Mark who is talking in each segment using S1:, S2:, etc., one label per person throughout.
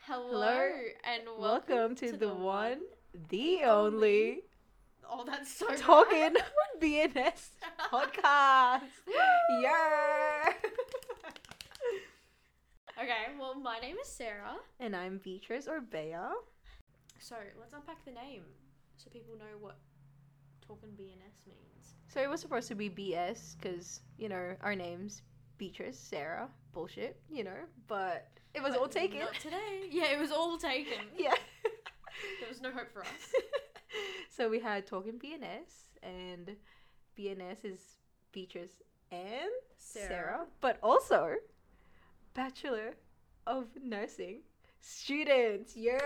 S1: Hello,
S2: Hello,
S1: and welcome,
S2: Welcome, to, the, one, the only
S1: Oh, that's so
S2: Talking
S1: bad.
S2: BNS podcast. yeah.
S1: Okay, well, my name is Sarah,
S2: And I'm Beatrice or Bea.
S1: so let's unpack the name so people know what talking BNS means.
S2: So it was supposed to be BS because, you know, our names Beatrice, Sarah, bullshit, you know, but it was
S1: But
S2: all taken.
S1: Not today. Yeah, it was all taken.
S2: yeah.
S1: There was no hope for us.
S2: so we had Talking BNS, and BNS is Beatrice and Sarah, but also Bachelor of Nursing students. Yeah.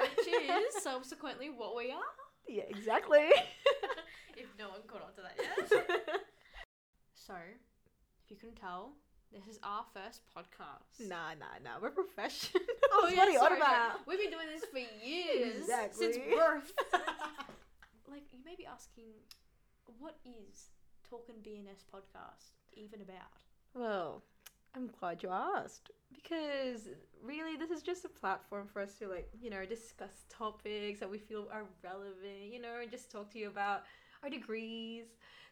S1: Which is subsequently what we are.
S2: yeah, exactly.
S1: if no one caught on to that yet. so, if you couldn't tell, this is our first podcast.
S2: nah, nah, nah. We're professional.
S1: Oh,
S2: What
S1: yeah,
S2: are you on
S1: sorry, sorry.
S2: about?
S1: We've been doing this for years. Since
S2: Exactly.
S1: birth. like, you may be asking, what is Talking BNS podcast even about?
S2: Well, I'm glad you asked because really this is just a platform for us to like, you know, discuss topics that we feel are relevant, you know, and just talk to you about our degrees,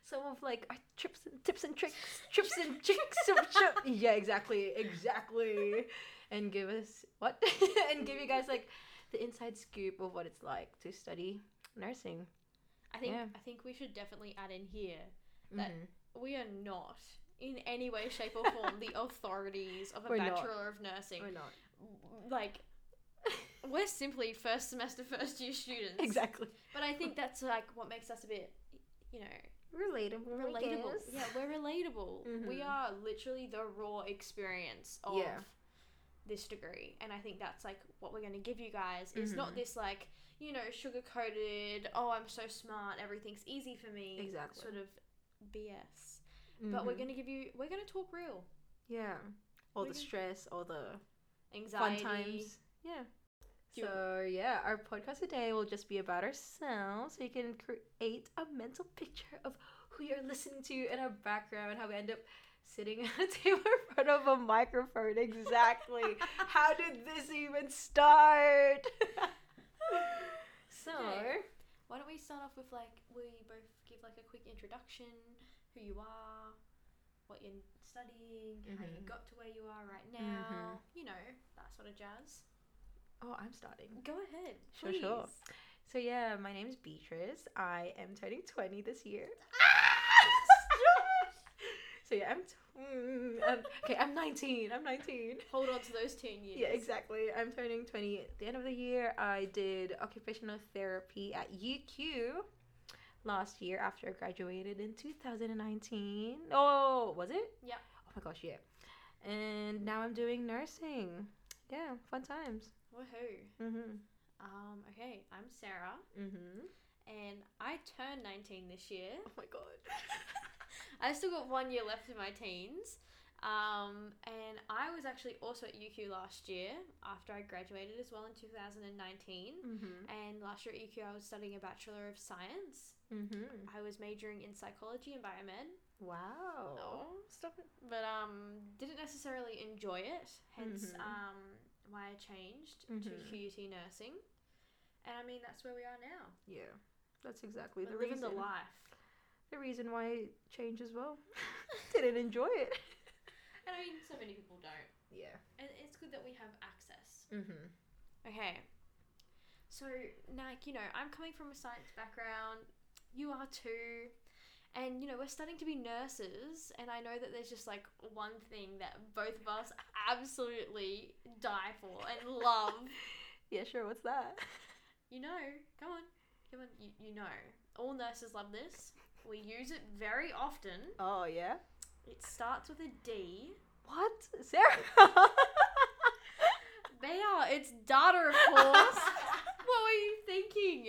S2: some of like our trips and tips and tricks, trips and tricks of tri- Yeah, exactly. Exactly. And give us what? and give you guys like the inside scoop of what it's like to study nursing.
S1: I think
S2: Yeah.
S1: I think we should definitely add in here
S2: Mm-hmm.
S1: That- we are not in any way, shape, or form the authorities of a
S2: We're not.
S1: bachelor of nursing.
S2: Or not.
S1: Like we're simply first semester, first year students.
S2: Exactly.
S1: But I think that's like what makes us a bit, you know,
S2: Relatable.
S1: relatable. Yeah, we're relatable. We
S2: Mhm.
S1: are literally the raw experience of
S2: Yeah.
S1: this degree, and I think that's like what we're going to give you guys. Is
S2: Mhm.
S1: not this like you know sugar coated. Oh, I'm so smart. Everything's easy for me.
S2: Exactly. Mm-hmm.
S1: Sort of BS. But we're going to give you. We're going to talk real
S2: Yeah. All
S1: We
S2: the
S1: can-
S2: stress, all the
S1: anxiety.
S2: fun times. Yeah.
S1: Do you-
S2: So yeah, our podcast today will just be about ourselves. So you can create a mental picture of who you're listening to and our background and how we end up sitting at a table in front of a microphone. Exactly. how did this even start? so
S1: Okay. Why don't we start off with like we both give like a quick introduction, who you are, what you're studying, how you
S2: Mhm.
S1: got to where you are right now.
S2: Mm-hmm.
S1: You know that sort of jazz.
S2: Oh, I'm starting.
S1: Go ahead.
S2: Sure, sure.
S1: please.
S2: So yeah, my name's Beatrice. I am turning 20 this year. so yeah, I'm, t- mm, um, okay. I'm 19. I'm 19.
S1: Hold on to those ten years.
S2: Yeah, exactly. I'm turning 20 at the end of the year. I did occupational therapy at UQ last year after I graduated in 2019. Oh, was it?
S1: Yep.
S2: Oh my gosh, yeah. And now I'm doing nursing. Yeah, fun times.
S1: Woohoo.
S2: Mhm.
S1: Um. Okay. I'm Sarah,
S2: Mhm.
S1: and I turned nineteen this year.
S2: Oh my god.
S1: I still got one year left in my teens. Um, and I was actually also at UQ last year after I graduated as well in 2019.
S2: Mhm.
S1: And last year at UQ, I was studying a Bachelor of Science.
S2: Mhm.
S1: I was majoring in psychology and biomed.
S2: Wow.
S1: Oh, stop it. But um, didn't necessarily enjoy it, hence
S2: Mhm.
S1: um, why I changed to
S2: Mhm.
S1: QUT nursing. And I mean, that's where we are now.
S2: Yeah. That's exactly
S1: We're
S2: the
S1: living
S2: reason.
S1: the life.
S2: the reason why I changed as well. Didn't enjoy it.
S1: And I mean, so many people don't.
S2: Yeah.
S1: And it's good that we have access.
S2: Mhm.
S1: Okay. So, like, you know, I'm coming from a science background, you are too. And, you know, we're starting to be nurses, and I know that there's just like one thing that both of us absolutely die for and love.
S2: Yeah, sure. What's that?
S1: you know, come on, come on, you, you know. All nurses love this. We use it very often.
S2: Oh yeah.
S1: It starts with a D.
S2: What, Sarah?
S1: They are, it's data, of course. what were you thinking?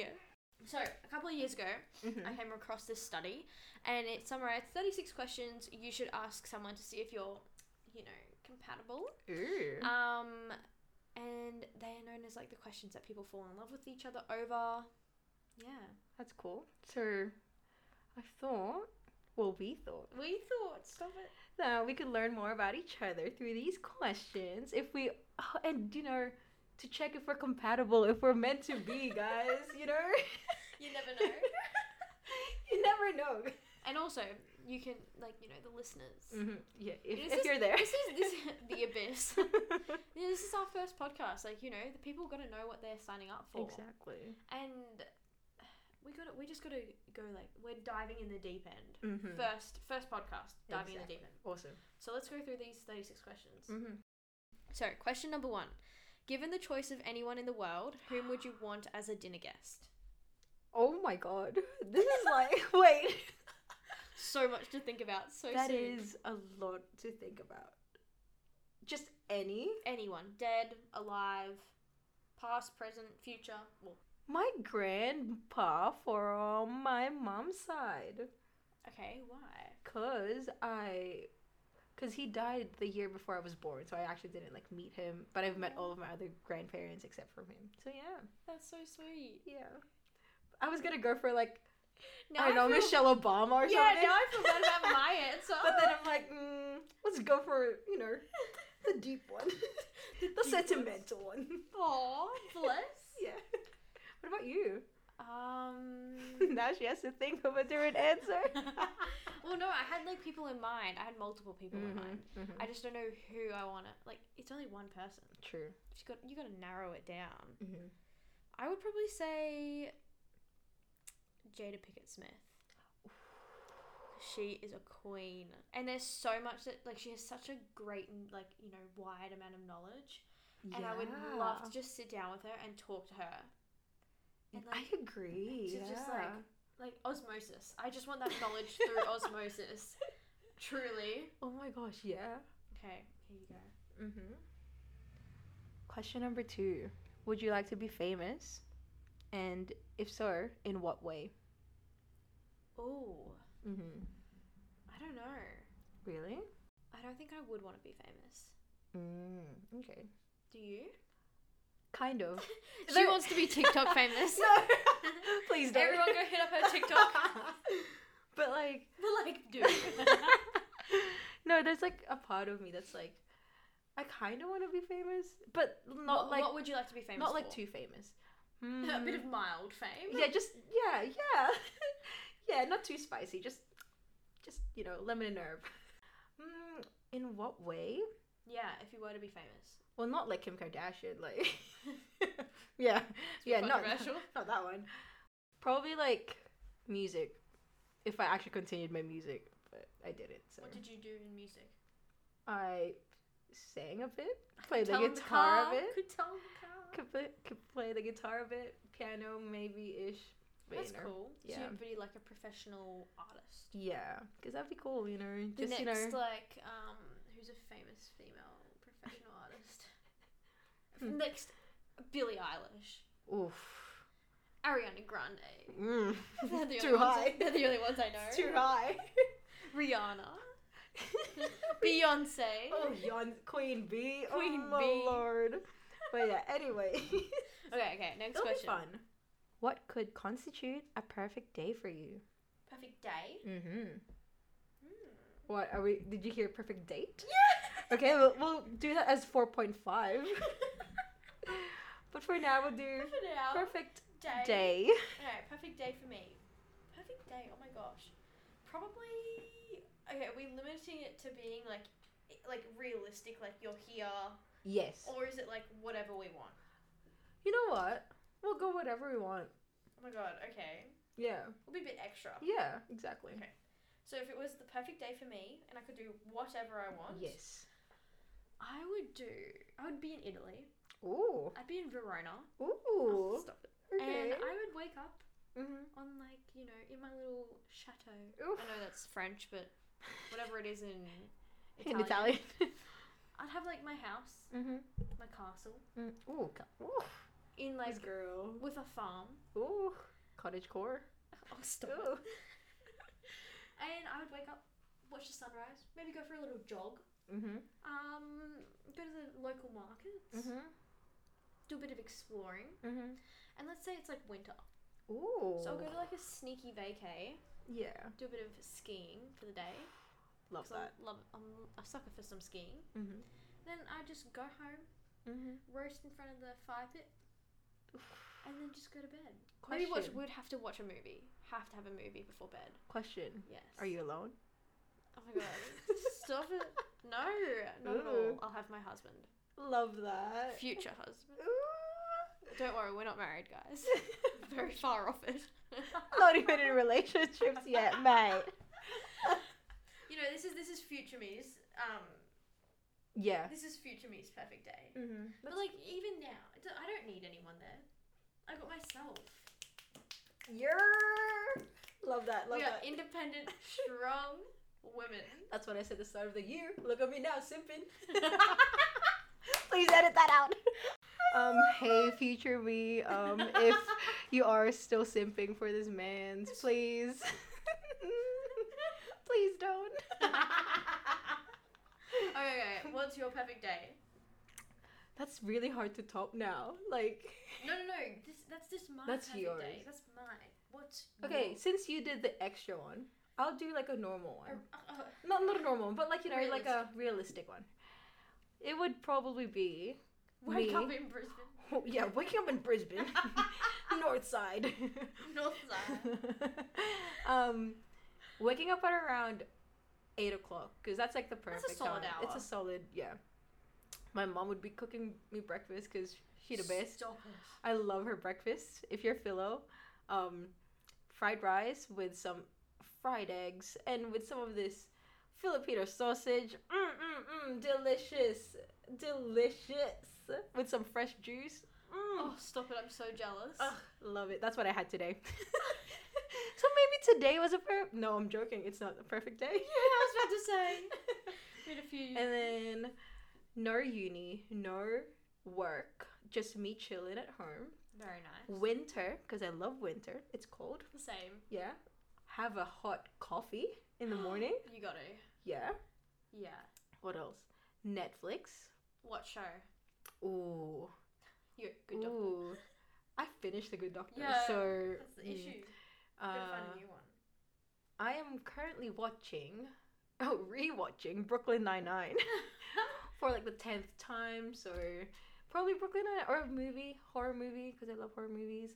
S1: So, a couple of years ago,
S2: Mm-hmm.
S1: I came across this study, and it summarized 36 questions you should ask someone to see if you're, you know, compatible.
S2: Ooh.
S1: Um, and they are known as like the questions that people fall in love with each other over. Yeah,
S2: That's cool. So, I thought, well, we thought
S1: we thought. Stop it.
S2: that we could learn more about each other through these questions if we oh, and you know, to check if we're compatible, if we're meant to be, guys. you know,
S1: You never know.
S2: you never know.
S1: and also, you can like you know the listeners.
S2: Mm-hmm. Yeah, Mm. if,
S1: This
S2: if
S1: is-
S2: you're there.
S1: This is this the abyss. Yeah, this is our first podcast. Like you know, the people got to know what they're signing up for.
S2: exactly.
S1: And we got to we just got to go like we're diving in the deep end.
S2: Mm-hmm.
S1: First first podcast diving in the deep end.
S2: Awesome.
S1: So let's go through these thirty six questions.
S2: Mm-hmm.
S1: So question number one: Given the choice of anyone in the world, whom would you want as a dinner guest?
S2: Oh my god. This is like, wait.
S1: So much to think about. So
S2: That
S1: soon.
S2: is a lot to think about. Just any?
S1: anyone dead, alive, past, present, future. Well,
S2: My grandpa from my mom's side.
S1: okay, why?
S2: Cause I. Cause he died the year before I was born, so I actually didn't like meet him. But I've met all of my other grandparents except for him. So yeah,
S1: That's so sweet.
S2: yeah. I was gonna go for like
S1: Now
S2: I don't know
S1: feel-
S2: Michelle Obama or
S1: Yeah,
S2: something.
S1: now I forgot about my answer.
S2: But then I'm like, mm, let's go for you know the deep one, the,
S1: ones.
S2: sentimental one.
S1: Aw, bless.
S2: Yeah. What about you?
S1: Um.
S2: now she has to think of a different answer.
S1: well, no, I had like people in mind. I had multiple people
S2: Mm-hmm.
S1: in mind. I
S2: I-
S1: just don't know who I want to. Like, it's only one person.
S2: True.
S1: You got you got to narrow it down. I would probably say Jada Pickett Smith. She is a queen, and there's so much that like she has such a great and like you know wide amount of knowledge, and I would love to just sit down with her and talk to her. And like,
S2: I agree.
S1: to just like
S2: yeah.
S1: like osmosis. I just want that knowledge through osmosis. Truly.
S2: oh my gosh, yeah.
S1: Okay, here you go.
S2: Mm-hmm. Question number two: Would you like to be famous? And if so, in what way?
S1: Oh,
S2: Mm-hmm.
S1: I don't know.
S2: Really?
S1: I don't think I would want to be famous.
S2: Mm, okay.
S1: Do you?
S2: Kind of.
S1: She
S2: There-
S1: wants to be TikTok famous.
S2: no. Please don't.
S1: Everyone go hit up her TikTok.
S2: but like,
S1: We're like, dude.
S2: no, there's like a part of me that's like, I kind of want to be famous, but not
S1: what,
S2: like
S1: what would you like to be famous
S2: not like
S1: for?
S2: too famous.
S1: A bit
S2: Mm,
S1: of mild fame.
S2: yeah, just yeah, yeah, yeah, not too spicy. Just, just you know, lemon and herb. Mm, in what way?
S1: Yeah, if you were to be famous.
S2: Well, not like Kim Kardashian, like yeah, yeah, not
S1: controversial.
S2: not that one. Probably like music. If I actually continued my music, but I didn't. So
S1: What did you do in music?
S2: I sang a bit, played the
S1: Tell 'em
S2: guitar
S1: car.
S2: a bit,
S1: Could tell 'em the car.
S2: could play, could play the guitar a bit, piano maybe ish. but,
S1: That's
S2: you know.
S1: cool. So
S2: Yeah.
S1: you'd be like a professional artist.
S2: Yeah, because that'd be cool, you know.
S1: The
S2: Just you
S1: next,
S2: know,
S1: like, um, who's a famous female professional artist?
S2: Hmm.
S1: Next, Billie Eilish,
S2: oof,
S1: Ariana Grande.
S2: mm.
S1: They're the
S2: too
S1: only ones-
S2: high,
S1: they're the only ones I know.
S2: It's too high.
S1: Rihanna, Beyonce.
S2: oh, yon, Queen B,
S1: Queen
S2: oh, my
S1: Bee.
S2: lord. But yeah, anyway,
S1: Okay, okay. Next
S2: it'll be
S1: question.
S2: fun. What could constitute a perfect day for you?
S1: Perfect day.
S2: Mm-hmm.
S1: Hmm.
S2: What are we? Did you hear perfect date?
S1: Yeah.
S2: Okay, we'll, we'll do that as 4.5. but for now, we'll do
S1: Perfect hour,
S2: perfect
S1: day.
S2: day.
S1: Okay, perfect day for me. Perfect day. Oh my gosh. Probably. Okay, are we limiting it to being like, i- like realistic? Like you're here,
S2: Yes.
S1: or is it like whatever we want?
S2: You know what? We'll go whatever we want.
S1: Oh my god. Okay.
S2: Yeah.
S1: We'll be a bit extra.
S2: Yeah, exactly.
S1: Okay. So if it was the perfect day for me and I could do whatever I want,
S2: Yes.
S1: I would do. I would be in Italy.
S2: Ooh.
S1: I'd be in Verona.
S2: Ooh.
S1: Stop it.
S2: Okay.
S1: And I would wake up
S2: mm-hmm.
S1: on like you know in my little chateau.
S2: Oof.
S1: I know that's French, but whatever it is in
S2: In Italian.
S1: I'd have like my house,
S2: mm-hmm.
S1: my castle,
S2: Mm. Ooh. ca- Ooh.
S1: in
S2: Nice
S1: like
S2: girl.
S1: with a farm.
S2: Ooh. Cottage core.
S1: Oh stop! it.
S2: Ooh.
S1: And I would wake up, watch the sunrise, maybe go for a little jog.
S2: Mm-hmm.
S1: Um, go to the local markets,
S2: Mm-hmm.
S1: do a bit of exploring,
S2: Mm-hmm.
S1: and let's say it's like winter,
S2: Ooh.
S1: so I'll go to like a sneaky vacay,
S2: Yeah.
S1: do a bit of skiing for the day. 'cause
S2: Love that.
S1: I'm love I'm a sucker for some skiing.
S2: Mm-hmm.
S1: Then I just go home,
S2: Mm-hmm.
S1: roast in front of the fire pit, and then just go to bed. Maybe watch, we'd have to watch a movie. Have to have a movie before bed.
S2: Question.
S1: Yes.
S2: Mm. Are you alone?
S1: Oh my god. Stop it. No, not at all.
S2: Ooh.
S1: I'll have my husband.
S2: Love that.
S1: Future husband.
S2: Ooh.
S1: Don't worry, we're not married, guys. Very far off it.
S2: Not e- even in relationships yet, mate.
S1: You know, this is this is future me's. Um,
S2: Yeah.
S1: this is future me's perfect day.
S2: Mm-hmm.
S1: But like even now, it do- I don't need anyone there. I got myself.
S2: Yeah. Love that. Love
S1: we are
S2: that.
S1: independent, strong women.
S2: That's what I said at the start of the year. Look at me now, simping. Please edit that out. Um, hey, future me. Um, if you are still simping for this man's, please, please don't.
S1: okay, okay, what's your perfect day?
S2: That's really hard to top now. Like,
S1: No, no, no. This that's just my
S2: That's
S1: perfect day.
S2: yours.
S1: That's mine. What's
S2: okay,
S1: yours?
S2: since you did the extra one, I'll do like a normal one.
S1: Uh, uh, uh,
S2: Not not a normal one, but like you know, like a realistic one. It would probably be
S1: wake
S2: me.
S1: up in Brisbane,
S2: Oh, yeah, waking up in Brisbane, north side.
S1: North Side.
S2: um, waking up at around eight o'clock because that's like the
S1: That's
S2: perfect
S1: a solid
S2: time. It's
S1: hour.
S2: a solid yeah. My mom would be cooking me breakfast because she the best.
S1: Stop it.
S2: I love her breakfast. If you're Philo, um, fried rice with some fried eggs and with some of this Filipino sausage. Mm mm mm, delicious, delicious. With some fresh juice. Mm.
S1: Oh, stop it! I'm so jealous.
S2: Ugh, love it. That's what I had today. so maybe today was a perfect. No, I'm joking. It's not a perfect day.
S1: I was about to say. Made a few.
S2: And then no uni, no work, just me chilling at home.
S1: Very nice.
S2: Winter, because I love winter. It's cold.
S1: The same.
S2: Yeah. Have a hot coffee in the morning.
S1: You got to.
S2: Yeah.
S1: Yeah.
S2: What else? Netflix.
S1: What show?
S2: Ooh.
S1: You good doctor.
S2: Ooh. I finished The Good Doctor,
S1: Yeah,
S2: so
S1: That's the
S2: mm,
S1: issue.
S2: Uh,
S1: Gotta find a new one.
S2: I am currently watching, oh, rewatching Brooklyn Nine Nine for like the tenth time. So probably Brooklyn Nine or a movie, horror movie, because I love horror movies.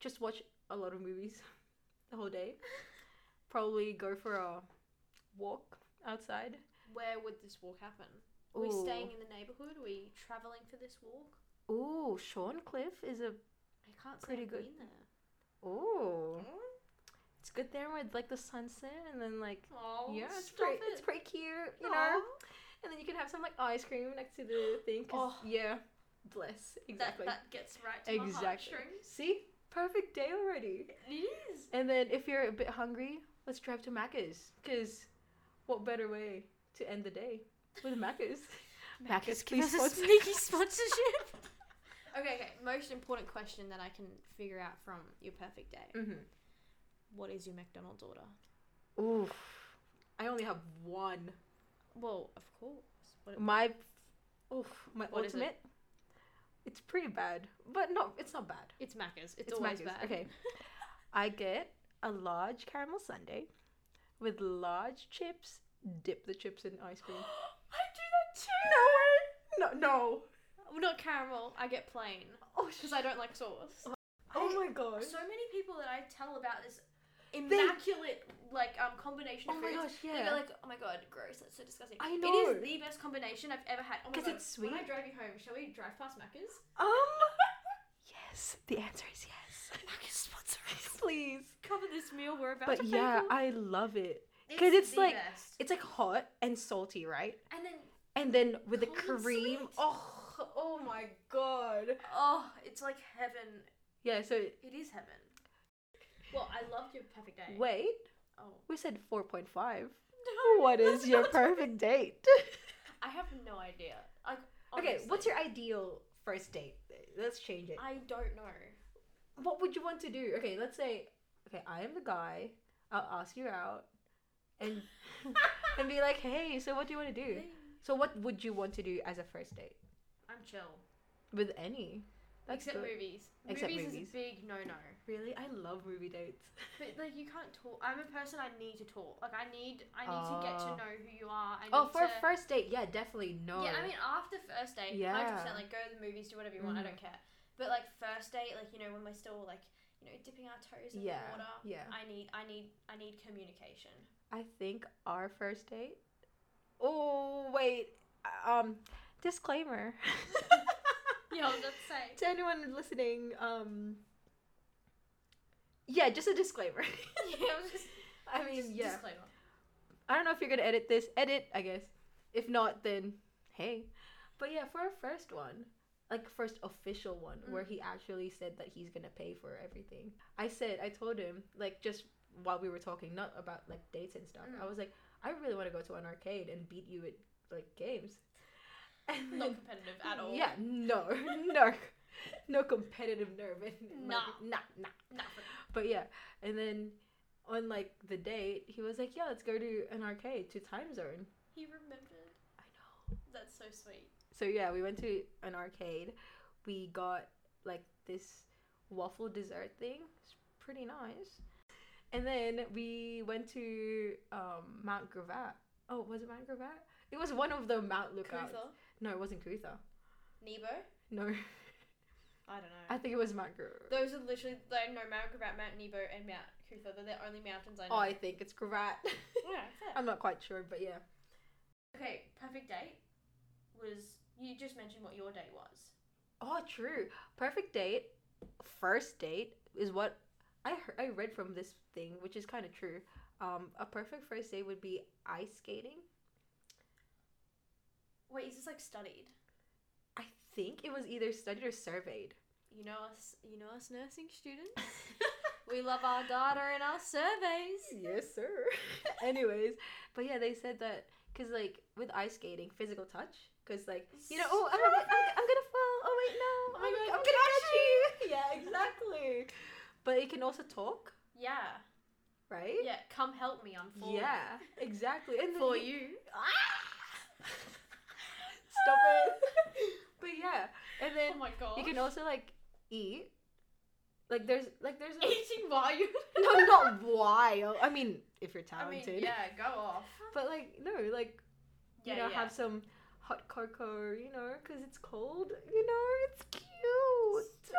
S2: Just watch a lot of movies the whole day. Probably go for a walk outside.
S1: Where would this walk happen? Are we
S2: Ooh.
S1: staying in the neighborhood? Are we traveling for this walk?
S2: Ooh, Sean Cliff is a
S1: I can't say
S2: Pretty
S1: I've
S2: good.
S1: been there.
S2: ooh. It's good there with like the sunset and then like
S1: Oh,
S2: yeah, it's
S1: stop
S2: pretty,
S1: it.
S2: it's pretty cute, you know.
S1: Aw.
S2: And then you can have some like ice cream next to the thing. 'cause-
S1: Oh.
S2: yeah, bless exactly.
S1: That, that gets right to my
S2: Exactly.
S1: heartstrings.
S2: See, perfect day already.
S1: It is.
S2: And then if you're a bit hungry, let's drive to Macca's. Cause what better way to end the day with Macca's? Macca's, please
S1: Give us a
S2: sponsor
S1: sneaky
S2: us.
S1: sponsorship. okay, okay. Most important question that I can figure out from your perfect day:
S2: mm-hmm.
S1: What is your McDonald's order?
S2: Oof, I only have one.
S1: Well, of course. What,
S2: My, oof, my
S1: What is it?
S2: ultimate. It's pretty bad, but no, it's not bad.
S1: it's Macca's. It's, always
S2: Macca's.
S1: bad.
S2: Okay. I get a large caramel sundae with large chips. Dip the chips in ice cream.
S1: I do that too.
S2: no way! No, no.
S1: Well, not caramel. I get plain
S2: Oh,
S1: because I don't like sauce.
S2: oh my god.
S1: So many people that I tell about this immaculate like um combination of
S2: Oh my
S1: foods.
S2: gosh,
S1: They
S2: yeah.
S1: go like, oh my god, gross, that's so disgusting.
S2: I
S1: It
S2: know.
S1: is the best combination I've ever had. Oh my
S2: 'Cause
S1: god.
S2: it's
S1: When I
S2: sweet.
S1: drive you home, shall we drive past Macca's?
S2: Um. yes. The answer is yes.
S1: Macca's sponsor
S2: Please.
S1: Cover this meal we're about
S2: But
S1: to
S2: yeah,
S1: pay for.
S2: I love it. 'cause it's
S1: the
S2: like-
S1: best.
S2: It's like hot and salty, right?
S1: and then
S2: And then with the
S1: Cold and
S2: cream.
S1: sweet.
S2: Oh, oh my god.
S1: oh, it's like heaven.
S2: Yeah. So
S1: It is heaven. Well, I loved your perfect day.
S2: wait,
S1: Oh.
S2: we said four point five.
S1: No,
S2: What is your
S1: that's-
S2: perfect date?
S1: I have no idea. Like
S2: okay, what's
S1: honestly,
S2: your ideal first date? Let's change it.
S1: I don't know.
S2: What would you want to do? Okay, let's say, okay, I am the guy. I'll ask you out, and and be like, hey, so what do you want to do? So what would you want to do as a first date
S1: I'm chill.
S2: with any? That's
S1: Except
S2: good.
S1: movies.
S2: Except
S1: movies, is
S2: movies.
S1: a big no no.
S2: Really, I love movie dates.
S1: But like you can't talk. I'm a person. I need to talk. Like I need. I need to get to
S2: Oh.
S1: know who you are. I need
S2: oh,
S1: to-
S2: for a first date, yeah, definitely no.
S1: Yeah, I mean after first date, hundred
S2: Yeah.
S1: percent. Like go to the movies, do whatever you want. I
S2: Mhm.
S1: don't care. But like first date, like you know when we're still like you know dipping our toes in
S2: yeah,
S1: the water.
S2: yeah.
S1: I need. I need. I need communication.
S2: I think our first date. Oh wait, um, disclaimer.
S1: Yeah, I was about to say.
S2: to anyone listening, um, yeah, just a disclaimer.
S1: yeah, I was just.
S2: I mean,
S1: just
S2: yeah.
S1: Disclaimer.
S2: I don't know if you're gonna edit this. Edit, I guess. If not, then hey. But yeah, for our first one, like first official one, where he actually said that he's gonna pay for everything. I said, I told him, like just while we were talking, not about like dates and stuff.
S1: Mm.
S2: I was like, I really want to go to an arcade and beat you at like games. And
S1: Not
S2: then-
S1: competitive at all.
S2: Yeah, no, no, no competitive nerve. in my-
S1: Nah.
S2: nah, nah.
S1: Nah,
S2: But yeah, and then on like the date, he was like, "Yeah, let's go to an arcade to Time Zone."
S1: he remembered.
S2: I know.
S1: That's so sweet.
S2: So yeah, we went to an arcade. We got like this waffle dessert thing. It's pretty nice. And then we went to um, Mount Gravatt. Oh, was it Mount Gravatt? It was one of the Mount Lookouts.
S1: Cutha.
S2: No, it wasn't Kutha.
S1: Nebo.
S2: No,
S1: I don't know.
S2: I think it was Mount Gravatt.
S1: Those are literally I know Mount Gravatt, Mount Nebo, and Mount Kutha. They're the only mountains I
S2: Oh,
S1: know.
S2: I think it's Gravatt.
S1: yeah, that's it.
S2: I'm not quite sure, but yeah.
S1: Okay, perfect date was you just mentioned what your date was.
S2: Oh, true. Perfect date, first date is what I heard, I read from this thing, which is kind of true. Um, a perfect first date would be ice skating.
S1: Wait, is this like studied?
S2: I think it was either studied or surveyed.
S1: You know us, you know us nursing students. we love our data and our surveys.
S2: yes, sir. Anyways, but yeah, they said that because like with ice skating, physical touch. Because like you know, oh, I'm, I'm, I'm, I'm gonna fall. Oh wait,
S1: Oh
S2: no.
S1: my
S2: I'm-
S1: God,
S2: I'm,
S1: I'm
S2: gonna catch
S1: catching
S2: you. yeah, exactly. But it can also talk,
S1: Yeah,
S2: right?
S1: yeah. Come help me, I'm falling.
S2: Yeah, exactly. And then
S1: for
S2: you-
S1: you. Ah!
S2: Stop it. but yeah, and then
S1: Oh my god.
S2: you can also like eat. Like there's like there's a,
S1: eating while you.
S2: no not wild. I mean, if you're
S1: I mean,
S2: talented.
S1: yeah, go off.
S2: But like no, like
S1: Yeah,
S2: you know,
S1: yeah.
S2: have some hot cocoa. You know, because it's cold. You know, it's cute.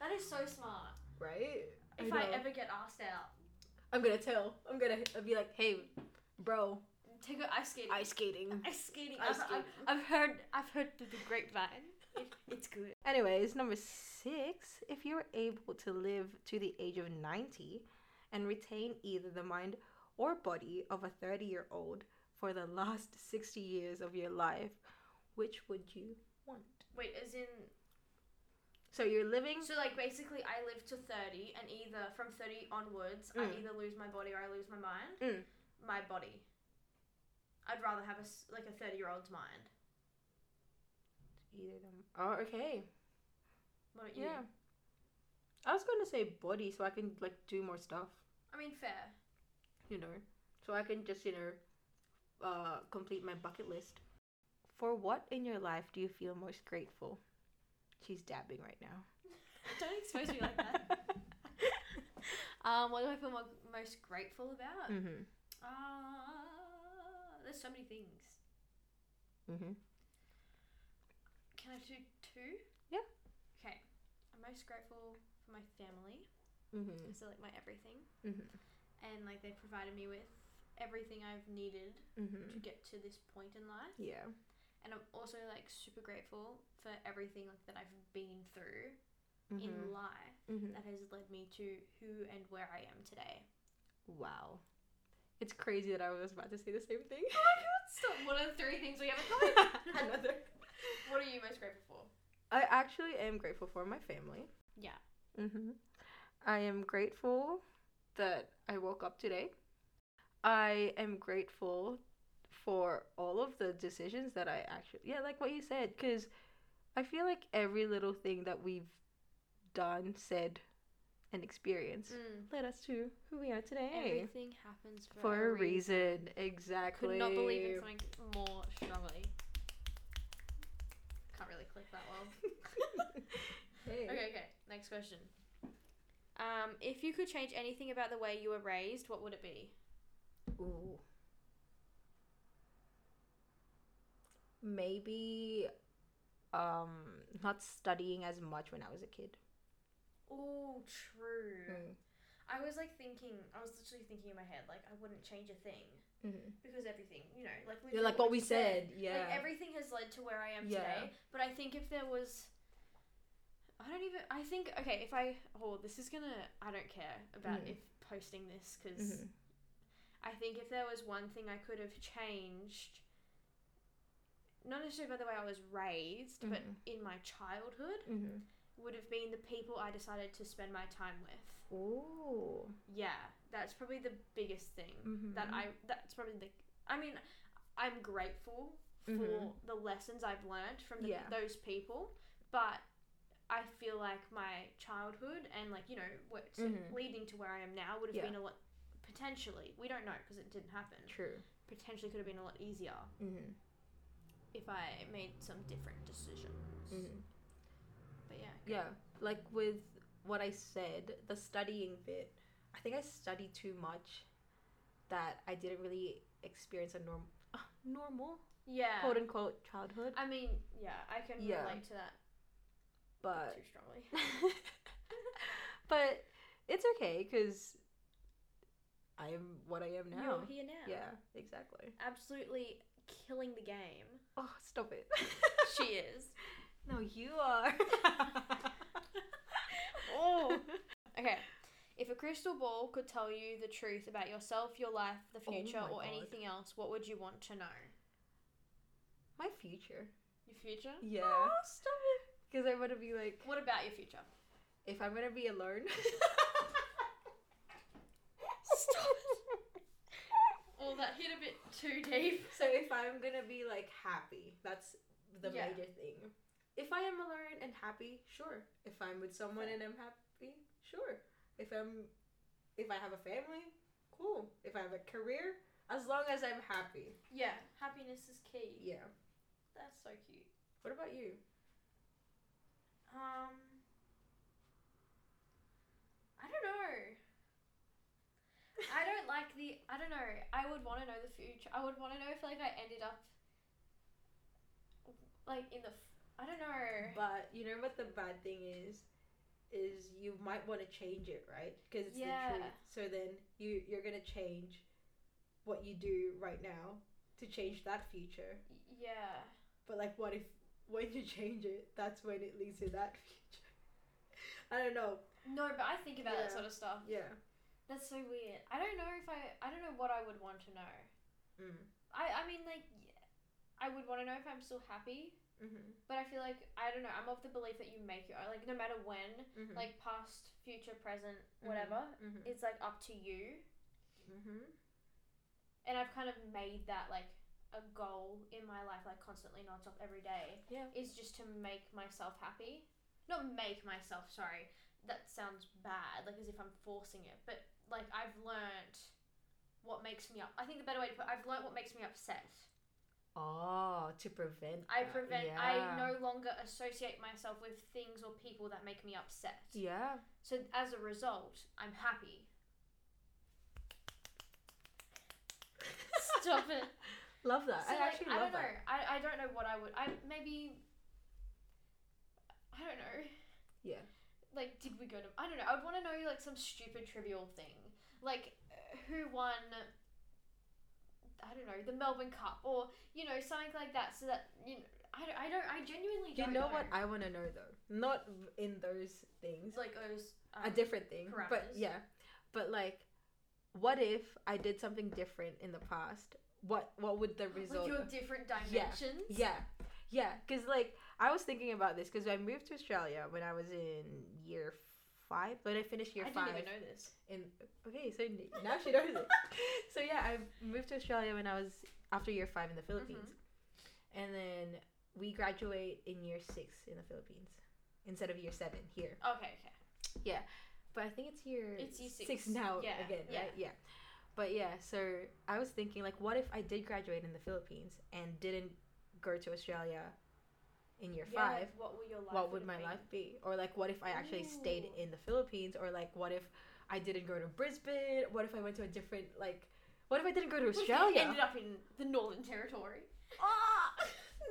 S1: that is so smart.
S2: right.
S1: If I,
S2: know.
S1: ever get asked out,
S2: I'm gonna tell. I'm gonna I'll be like, hey, bro,
S1: take a ice skating.
S2: ice skating.
S1: Ice skating.
S2: Ice
S1: I've, I've-
S2: skating.
S1: I've, heard. I've heard the, the grapevine. It, it's good.
S2: Anyways, number six, if you were able to live to the age of 90 and retain either the mind or body of a 30 year old for the last 60 years of your life, which would you want?
S1: Wait, as in,
S2: So you're living.
S1: so like basically, I live to thirty, and either from thirty onwards, I
S2: Mm.
S1: either lose my body or I lose my mind.
S2: Mm.
S1: My body. I'd rather have a s- like a thirty-year-old's mind.
S2: Either them. Oh, okay.
S1: What about you?
S2: Yeah. I was going to say body so I can, like, do more stuff,
S1: I mean, fair.
S2: you know? So I can just, you know, uh, complete my bucket list. For what in your life do you feel most grateful? She's dabbing right now.
S1: Don't expose me like that. Um, what do I feel mo- most grateful about?
S2: Mhm.
S1: Uh, there's so many things.
S2: Mhm.
S1: Can I do two?
S2: Yeah.
S1: Okay. I'm most grateful for my family.
S2: Mhm.
S1: So like my everything,
S2: Mhm.
S1: Mm-hmm. and like they provided me with everything I've needed to
S2: Mhm.
S1: get to this point in life.
S2: Yeah.
S1: And I'm also like super grateful for everything like that I've been through in
S2: Mhm.
S1: life
S2: Mhm.
S1: that has led me to who and where I am today.
S2: Wow. It's crazy that I was about to say the same thing.
S1: Stop. What are the three things we have in common?
S2: Another.
S1: What are you most grateful for?
S2: I actually am grateful for my family.
S1: Yeah.
S2: Mhm. I am grateful that I woke up today. I am grateful for all of the decisions that I actually yeah, like what you said cuz I feel like every little thing that we've done, said and
S1: Mm.
S2: experienced led us to who we are today.
S1: Everything happens for,
S2: For a
S1: reason.
S2: reason, exactly.
S1: Could not believe in something more strongly. Can't really click that well. question. Um, if you could change anything about the way you were raised, what would it be?
S2: Ooh. Maybe um not studying as much when I was a kid.
S1: Oh, true.
S2: Hmm.
S1: I was like thinking, I was literally thinking in my head, like I wouldn't change a thing
S2: Mhm.
S1: because everything, you know, like
S2: Yeah, like what we said, yeah.
S1: Mm-hmm. Like everything has led to where I am
S2: Yeah.
S1: today. But I think if there was, I don't even. I think okay. If I oh, this is gonna. I don't care about
S2: Mhm.
S1: if posting this because
S2: Mhm.
S1: I think if there was one thing I could have changed, not necessarily by the way I was raised, but
S2: Mhm.
S1: in my childhood,
S2: Mhm.
S1: would have been the people I decided to spend my time with.
S2: Ooh.
S1: Yeah, that's probably the biggest thing that
S2: Mhm.
S1: I. That's probably the. I mean, I'm grateful for
S2: Mhm.
S1: the lessons I've learned from the,
S2: Yeah.
S1: those people, but I feel like my childhood and like you know what's
S2: Mhm.
S1: leading to where I am now would have
S2: Yeah.
S1: been a lot. Potentially, we don't know because it didn't happen.
S2: True.
S1: Potentially, could have been a lot easier
S2: Mhm.
S1: if I made some different decisions.
S2: Mhm.
S1: But yeah,
S2: Yeah, like with what I said, the studying bit, I think I studied too much that I didn't really experience a norm uh, normal
S1: yeah.
S2: quote unquote childhood.
S1: I mean, yeah, I can
S2: Yeah.
S1: relate to that
S2: But
S1: too strongly.
S2: but it's okay because I am what I am now.
S1: You're here now.
S2: Yeah, exactly.
S1: Absolutely killing the game.
S2: Oh, stop it.
S1: she is.
S2: no, you are.
S1: Oh. Okay. If a crystal ball could tell you the truth about yourself, your life, the
S2: Oh
S1: future,
S2: my
S1: or
S2: God.
S1: anything else, what would you want to know?
S2: My future.
S1: Your future?
S2: Yeah.
S1: Oh, stop it.
S2: Because I'm gonna be like,
S1: What about your future?
S2: if I'm gonna be alone.
S1: Stop. Oh, that hit a bit too deep.
S2: So if I'm gonna be like happy, that's the
S1: Yeah.
S2: major thing. If I am alone and happy, sure. If I'm with someone and I'm happy, sure. If I'm, if I have a family, cool. If I have a career, as long as I'm happy.
S1: Yeah, happiness is key.
S2: Yeah.
S1: That's so cute.
S2: What about you?
S1: Um, I don't know. I don't like the. I don't know. I would want to know the future. I would want to know if like I ended up like in the. f- I don't know.
S2: But you know what the bad thing is, is you might want to change it, right? Because it's
S1: Yeah.
S2: the truth. So then you you're gonna change what you do right now to change that future.
S1: Y- Yeah.
S2: But like, what if when you change it, that's when it leads to that future? I don't know.
S1: No, but I think about that
S2: Yeah.
S1: sort of stuff.
S2: Yeah.
S1: That's so weird. I don't know if I. I don't know what I would want to know.
S2: Mm.
S1: I. I mean, like, y- I would want to know if I'm still happy.
S2: Mm-hmm.
S1: But I feel like I don't know. I'm of the belief that you make your own. Like, no matter when,
S2: Hmm.
S1: like past, future, present, whatever.
S2: Mm-hmm.
S1: It's like up to you.
S2: Mm-hmm.
S1: And I've kind of made that like a goal in my life, like constantly nonstop every day,
S2: Yeah.
S1: is just to make myself happy. Not make myself, sorry. That sounds bad, like as if I'm forcing it. But like I've learnt what makes me up. I think the better way to put I've learnt what makes me upset.
S2: Oh, to prevent.
S1: I
S2: that.
S1: prevent
S2: Yeah.
S1: I no longer associate myself with things or people that make me upset.
S2: Yeah.
S1: So as a result, I'm happy. Stop it.
S2: Love that.
S1: So,
S2: I
S1: like,
S2: actually
S1: I
S2: love
S1: don't
S2: that.
S1: know. I, I don't know what I would. I maybe. I don't know.
S2: Yeah.
S1: Like, did we go to? I don't know. I'd want to know like some stupid trivial thing, like uh, who won. I don't know the Melbourne Cup or you know something like that. So that you know, I don't. I don't. I genuinely
S2: You
S1: don't
S2: know what I want to know though? Not in those things.
S1: It's like those. Um,
S2: a different thing. But
S1: parameters.
S2: yeah. But like, what if I did something different in the past? What What would the
S1: With
S2: result?
S1: your different dimensions.
S2: Yeah, yeah. Because like I was thinking about this because I moved to Australia when I was in year five. When I finished year
S1: I
S2: five.
S1: didn't even know this.
S2: in okay, so n- now she knows it. So yeah, I moved to Australia when I was after year five in the Philippines,
S1: Mm-hmm.
S2: and then we graduate in year six in the Philippines instead of year seven here.
S1: Okay. Okay.
S2: But I think it's year
S1: It's year six.
S2: now
S1: Yeah,
S2: again,
S1: yeah.
S2: right? Yeah. But yeah, so I was thinking like what if I did graduate in the Philippines and didn't go to Australia in year
S1: Yeah,
S2: five,
S1: like, what will your life
S2: what would
S1: have
S2: my
S1: been?
S2: life be? Or like, what if I actually stayed
S1: Ooh.
S2: in the Philippines? Or like, what if I didn't go to Brisbane? What if I went to a different like? What if I didn't go to
S1: What if you
S2: Australia?
S1: ended up in the Northern Territory.
S2: Ah,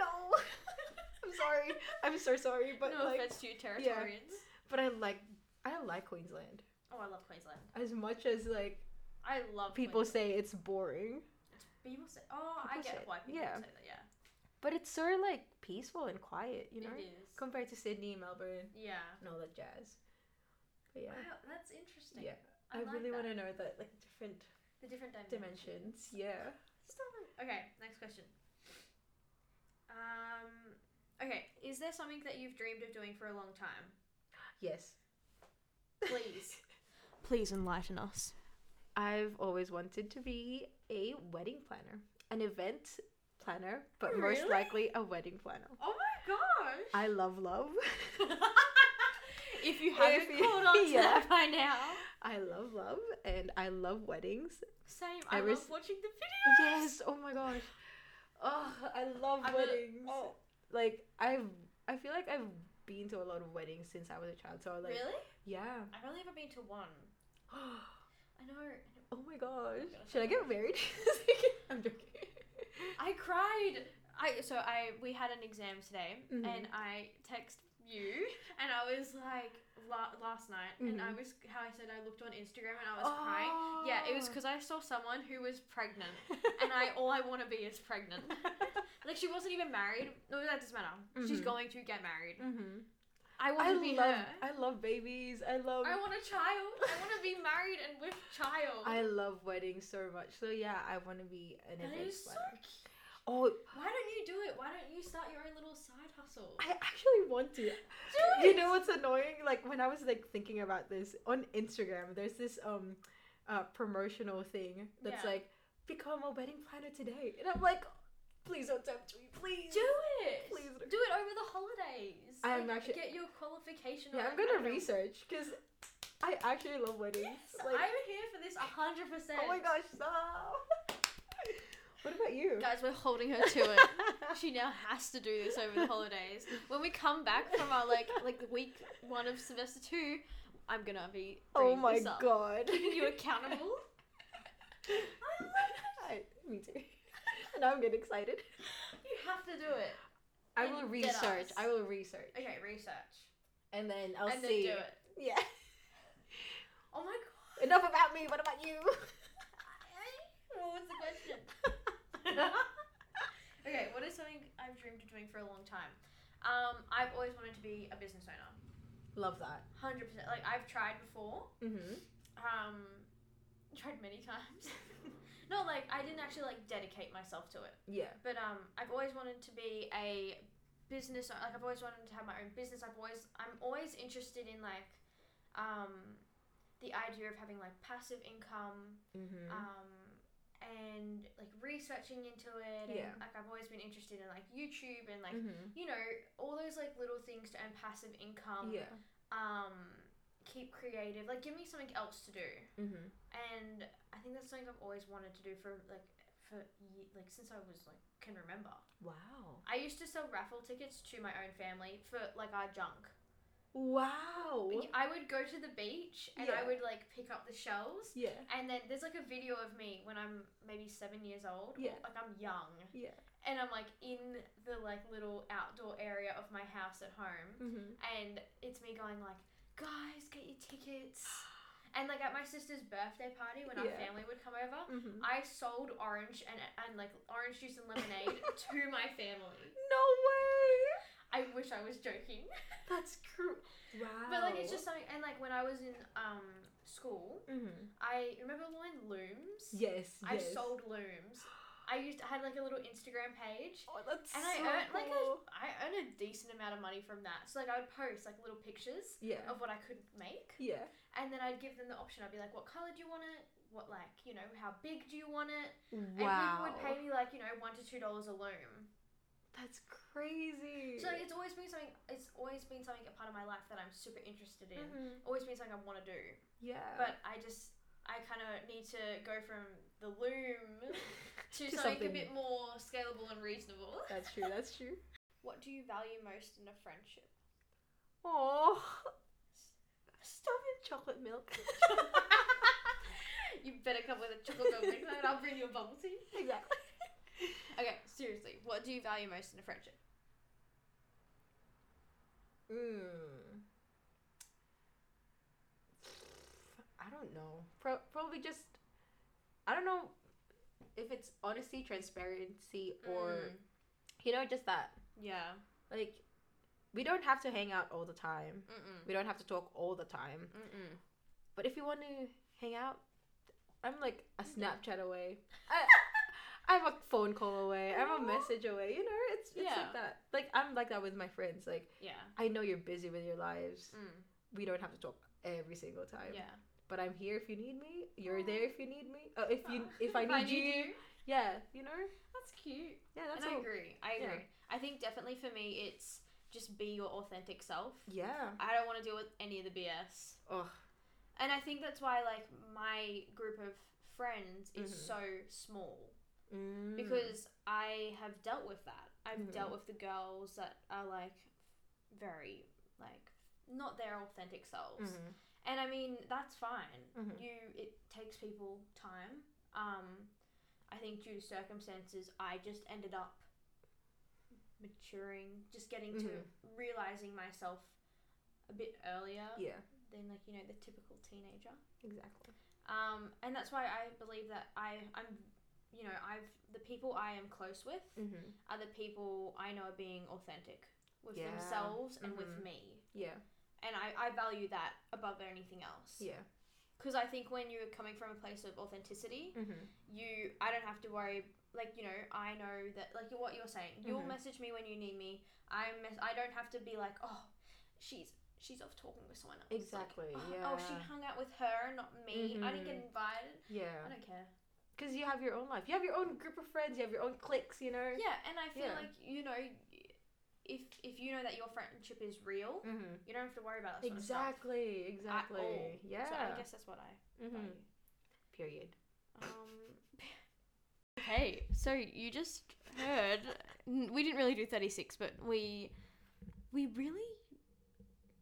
S2: no. I'm sorry. I'm so sorry, but
S1: no
S2: like,
S1: offense to you, Territorians.
S2: but I like, I like Queensland
S1: Oh, I love Queensland.
S2: as much as like
S1: I love
S2: people
S1: Queensland.
S2: say it's boring,
S1: People say, oh, I
S2: People
S1: get
S2: say-
S1: why people
S2: yeah.
S1: say that. Yeah,
S2: but it's sort of like peaceful and quiet, you know,
S1: it is.
S2: compared to Sydney, Melbourne,
S1: yeah.
S2: and all that jazz. But yeah,
S1: Wow, that's interesting.
S2: Yeah.
S1: I,
S2: I,
S1: like
S2: really
S1: that.
S2: want to know that like different
S1: the different dimensions.
S2: dimensions. Yeah.
S1: Stop it. Okay, next question. Um, okay, is there something that you've dreamed of doing for a long time?
S2: Yes.
S1: Please, please enlighten us.
S2: I've always wanted to be a wedding planner, an event planner, but
S1: Really?
S2: most likely a wedding planner.
S1: Oh my gosh!
S2: I love love.
S1: if you
S2: If
S1: haven't
S2: you-
S1: caught on to
S2: yeah.
S1: that by now,
S2: I love love and I love weddings.
S1: same. I,
S2: I
S1: was
S2: was-
S1: love watching the videos.
S2: Yes, oh my gosh. Oh, I love
S1: I'm a-
S2: weddings.
S1: oh,
S2: Like I've I feel like I've been to a lot of weddings since I was a child. So I like
S1: really?
S2: yeah.
S1: I've only ever been to one. I know. and
S2: Oh my gosh.
S1: gosh.
S2: Should I get married? I'm joking.
S1: I cried. I so I we had an exam today,
S2: Mhm.
S1: and I text you, and I was like la- last night, and I
S2: Mhm.
S1: was how I said I looked on Instagram and I was crying. Yeah, it was
S2: Oh.
S1: because I saw someone who was pregnant, and I all I want to be is pregnant. Like she wasn't even married. No, that doesn't matter. She's
S2: Mhm.
S1: going to get married.
S2: mm-hmm.
S1: I want
S2: I
S1: to be
S2: love
S1: her.
S2: I love babies. I love
S1: I want a child. I want to be married and with child.
S2: I love weddings so much. So yeah, I want to be an
S1: That
S2: event
S1: is so
S2: planner. oh,
S1: Why don't you do it? Why don't you start your own little side hustle?
S2: I actually want to.
S1: Do
S2: You
S1: it!
S2: know what's annoying? Like when I was like thinking about this on Instagram, there's this um uh promotional thing that's
S1: Yeah.
S2: like become a wedding planner today. And I'm like, please don't tempt me, please.
S1: Do it.
S2: Please
S1: do it over the holidays.
S2: I am actually-
S1: get your qualification.
S2: yeah,
S1: or
S2: I'm gonna
S1: whatever.
S2: research because I actually love weddings.
S1: Yes,
S2: like,
S1: I'm here for this hundred percent.
S2: oh my gosh, stop. what about you?
S1: guys, we're holding her to it. She now has to do this over the holidays. When we come back from our like like week one of semester two, I'm gonna be.
S2: oh
S1: bringing
S2: my
S1: this up.
S2: god.
S1: Keeping you accountable. I love it.
S2: I, me too. now I'm getting excited.
S1: You have to do it.
S2: I
S1: And
S2: will
S1: get us.
S2: research. I will research.
S1: Okay, research
S2: And then I'll
S1: and
S2: see.
S1: then do it.
S2: Yeah.
S1: Oh my god.
S2: Enough about me. What about you?
S1: What was the question? okay, what is something I've dreamed of doing for a long time? Um, I've always wanted to be a business owner.
S2: Love that.
S1: Hundred percent. Like I've tried before.
S2: Mm-hmm.
S1: Um, tried many times. Not like I didn't actually like dedicate myself to it,
S2: Yeah.
S1: but um, I've always wanted to be a business. o- Like I've always wanted to have my own business. I've always I'm always interested in like, um, the idea of having like passive income
S2: Mm-hmm.
S1: um, and like researching into it. And,
S2: Yeah.
S1: Like I've always been interested in like YouTube and like
S2: mm-hmm.
S1: you know all those like little things to earn passive income.
S2: yeah.
S1: Um, keep creative. Like give me something else to do.
S2: Mm-hmm.
S1: And I think that's something I've always wanted to do for like for ye- like since I was like can remember.
S2: Wow.
S1: I used to sell raffle tickets to my own family for like our junk.
S2: Wow.
S1: I would go to the beach and I
S2: Yeah.
S1: would like pick up the shells
S2: Yeah.
S1: and then there's like a video of me when I'm maybe seven years old.
S2: Yeah.
S1: Like I'm young.
S2: Yeah.
S1: And I'm like in the like little outdoor area of my house at home.
S2: Mm-hmm.
S1: And it's me going like, guys, get your tickets. And like at my sister's birthday party when our
S2: Yeah.
S1: family would come over,
S2: Mm-hmm.
S1: I sold orange and, and like orange juice and lemonade to my family.
S2: No way.
S1: I wish I was joking.
S2: That's cr- Wow.
S1: But like it's just something and like when I was in um school,
S2: Mm-hmm.
S1: I remember the line looms?
S2: Yes.
S1: I
S2: yes.
S1: sold looms. I used I had like a little Instagram page,
S2: Oh, that's
S1: and
S2: so
S1: I earned like a,
S2: cool.
S1: I earned a decent amount of money from that. So like I would post like little pictures
S2: yeah.
S1: of what I could make,
S2: Yeah.
S1: and then I'd give them the option. I'd be like, "What color do you want it? What like you know how big do you want it?" And people
S2: Wow.
S1: would pay me like you know one to two dollars a loom.
S2: That's crazy.
S1: So like, it's always been something. It's always been something a part of my life that I'm super interested in.
S2: Mhm.
S1: Always been something I want to do.
S2: Yeah.
S1: But I just I kind of need to go from the loom. to something
S2: To
S1: a
S2: something-
S1: bit more scalable and reasonable.
S2: that's true. That's true.
S1: What do you value most in a friendship?
S2: Oh, stop your chocolate milk.
S1: You better come with a chocolate milk next time, and I'll bring you a bubble tea.
S2: exactly.
S1: Okay, seriously, what do you value most in a friendship?
S2: Mm. I don't know. Pro- probably just. I don't know if it's honesty, transparency, or
S1: Mm.
S2: you know, just that.
S1: yeah.
S2: Like, we don't have to hang out all the time.
S1: Mm-mm.
S2: We don't have to talk all the time.
S1: Mm-mm.
S2: But if you want to hang out, I'm like a
S1: Okay.
S2: Snapchat away.
S1: Uh,
S2: I, I'm a phone call away. I'm a
S1: Aw.
S2: message away. You know, it's it's
S1: Yeah.
S2: like that. Like I'm like that with my friends. Like
S1: Yeah.
S2: I know you're busy with your lives.
S1: Mm.
S2: We don't have to talk every single time.
S1: Yeah.
S2: But I'm here if you need me. You're
S1: Aw.
S2: there if you need me. Uh, if you
S1: Aw.
S2: if I need, you, yeah. You know.
S1: that's cute.
S2: Yeah, that's
S1: and I
S2: all.
S1: agree. I
S2: yeah.
S1: agree. I think definitely for me, it's just be your authentic self.
S2: Yeah.
S1: I don't want to deal with any of the BS.
S2: Oh.
S1: And I think that's why like my group of friends is
S2: Mhm.
S1: so small
S2: Mm.
S1: because I have dealt with that. I've
S2: Mhm.
S1: dealt with the girls that are like very like not their authentic selves.
S2: Mhm.
S1: And I mean, that's fine.
S2: Mhm.
S1: You it takes people time. Um I think due to circumstances, I just ended up maturing, just getting to
S2: Mhm.
S1: realizing myself a bit earlier
S2: Yeah.
S1: than like, you know, the typical teenager.
S2: Exactly.
S1: Um and that's why I believe that I I'm you know, I've the people I am close with
S2: Mm-hmm.
S1: are the people I know are being authentic with
S2: Yeah.
S1: themselves and
S2: Mhm.
S1: with me.
S2: Yeah.
S1: And I, I value that above anything else
S2: Yeah.
S1: because I think when you're coming from a place of authenticity,
S2: Mm-hmm.
S1: you I don't have to worry. Like you know, I know that like what you're saying. You'll
S2: Mhm.
S1: message me when you need me. I mess. I don't have to be like, oh, she's she's off talking with someone else. Like,
S2: Exactly,
S1: oh, Oh, she
S2: yeah.
S1: hung out with her and not me. I didn't get
S2: Mhm.
S1: invited.
S2: Yeah.
S1: I don't care.
S2: because you have your own life. You have your own group of friends. You have your own cliques. You know.
S1: Yeah, and I feel
S2: Yeah.
S1: like you know, if if you know that your friendship is real,
S2: Mm-hmm.
S1: you don't have to worry about that sort of stuff
S2: Exactly.
S1: at
S2: Exactly.
S1: all.
S2: Yeah.
S1: So I guess that's what I
S2: mm-hmm.
S1: value.
S2: Period.
S1: Um, okay, so you just heard n- we didn't really do thirty six, but we we really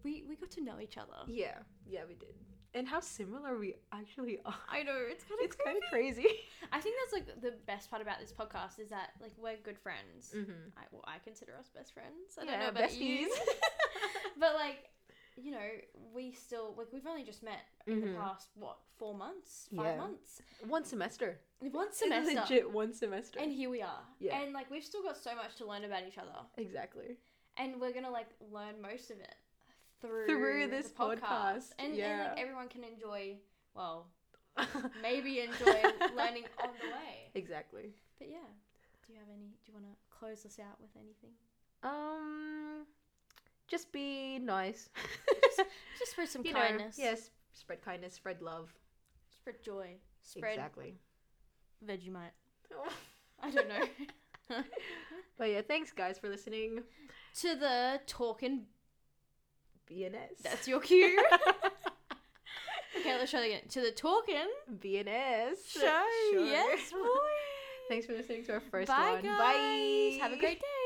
S1: we we got to know each other.
S2: Yeah. Yeah, we did. And how similar we actually are.
S1: I know it's kind of
S2: It's kind of crazy.
S1: I think that's like the best part about this podcast is that like we're good friends.
S2: mm-hmm.
S1: I, well, I consider us best friends. I
S2: Yeah,
S1: don't know about you,
S2: besties.
S1: but like you know we still like we've only just met in
S2: Mhm.
S1: the past what four months, five
S2: Yeah.
S1: months,
S2: One semester.
S1: one
S2: It's
S1: semester.
S2: Legit one semester.
S1: and here we are.
S2: Yeah.
S1: And like we've still got so much to learn about each other.
S2: exactly.
S1: and we're gonna like learn most of it through
S2: Through this
S1: the
S2: podcast,
S1: and, and
S2: yeah.
S1: like everyone can enjoy well maybe enjoy learning on the way
S2: Exactly.
S1: but yeah do you have any do you want to close us out with anything
S2: Um, just be nice.
S1: just spread some
S2: you
S1: kindness
S2: know, yes, spread kindness, spread love.
S1: spread joy spread
S2: Exactly.
S1: vegemite i don't know
S2: But yeah, thanks guys for listening.
S1: to the talking
S2: BNS.
S1: that's your cue okay let's try that again to the talking
S2: BNS.
S1: show yes boy
S2: Thanks for listening to our first
S1: bye guys
S2: one. Bye.
S1: have a great day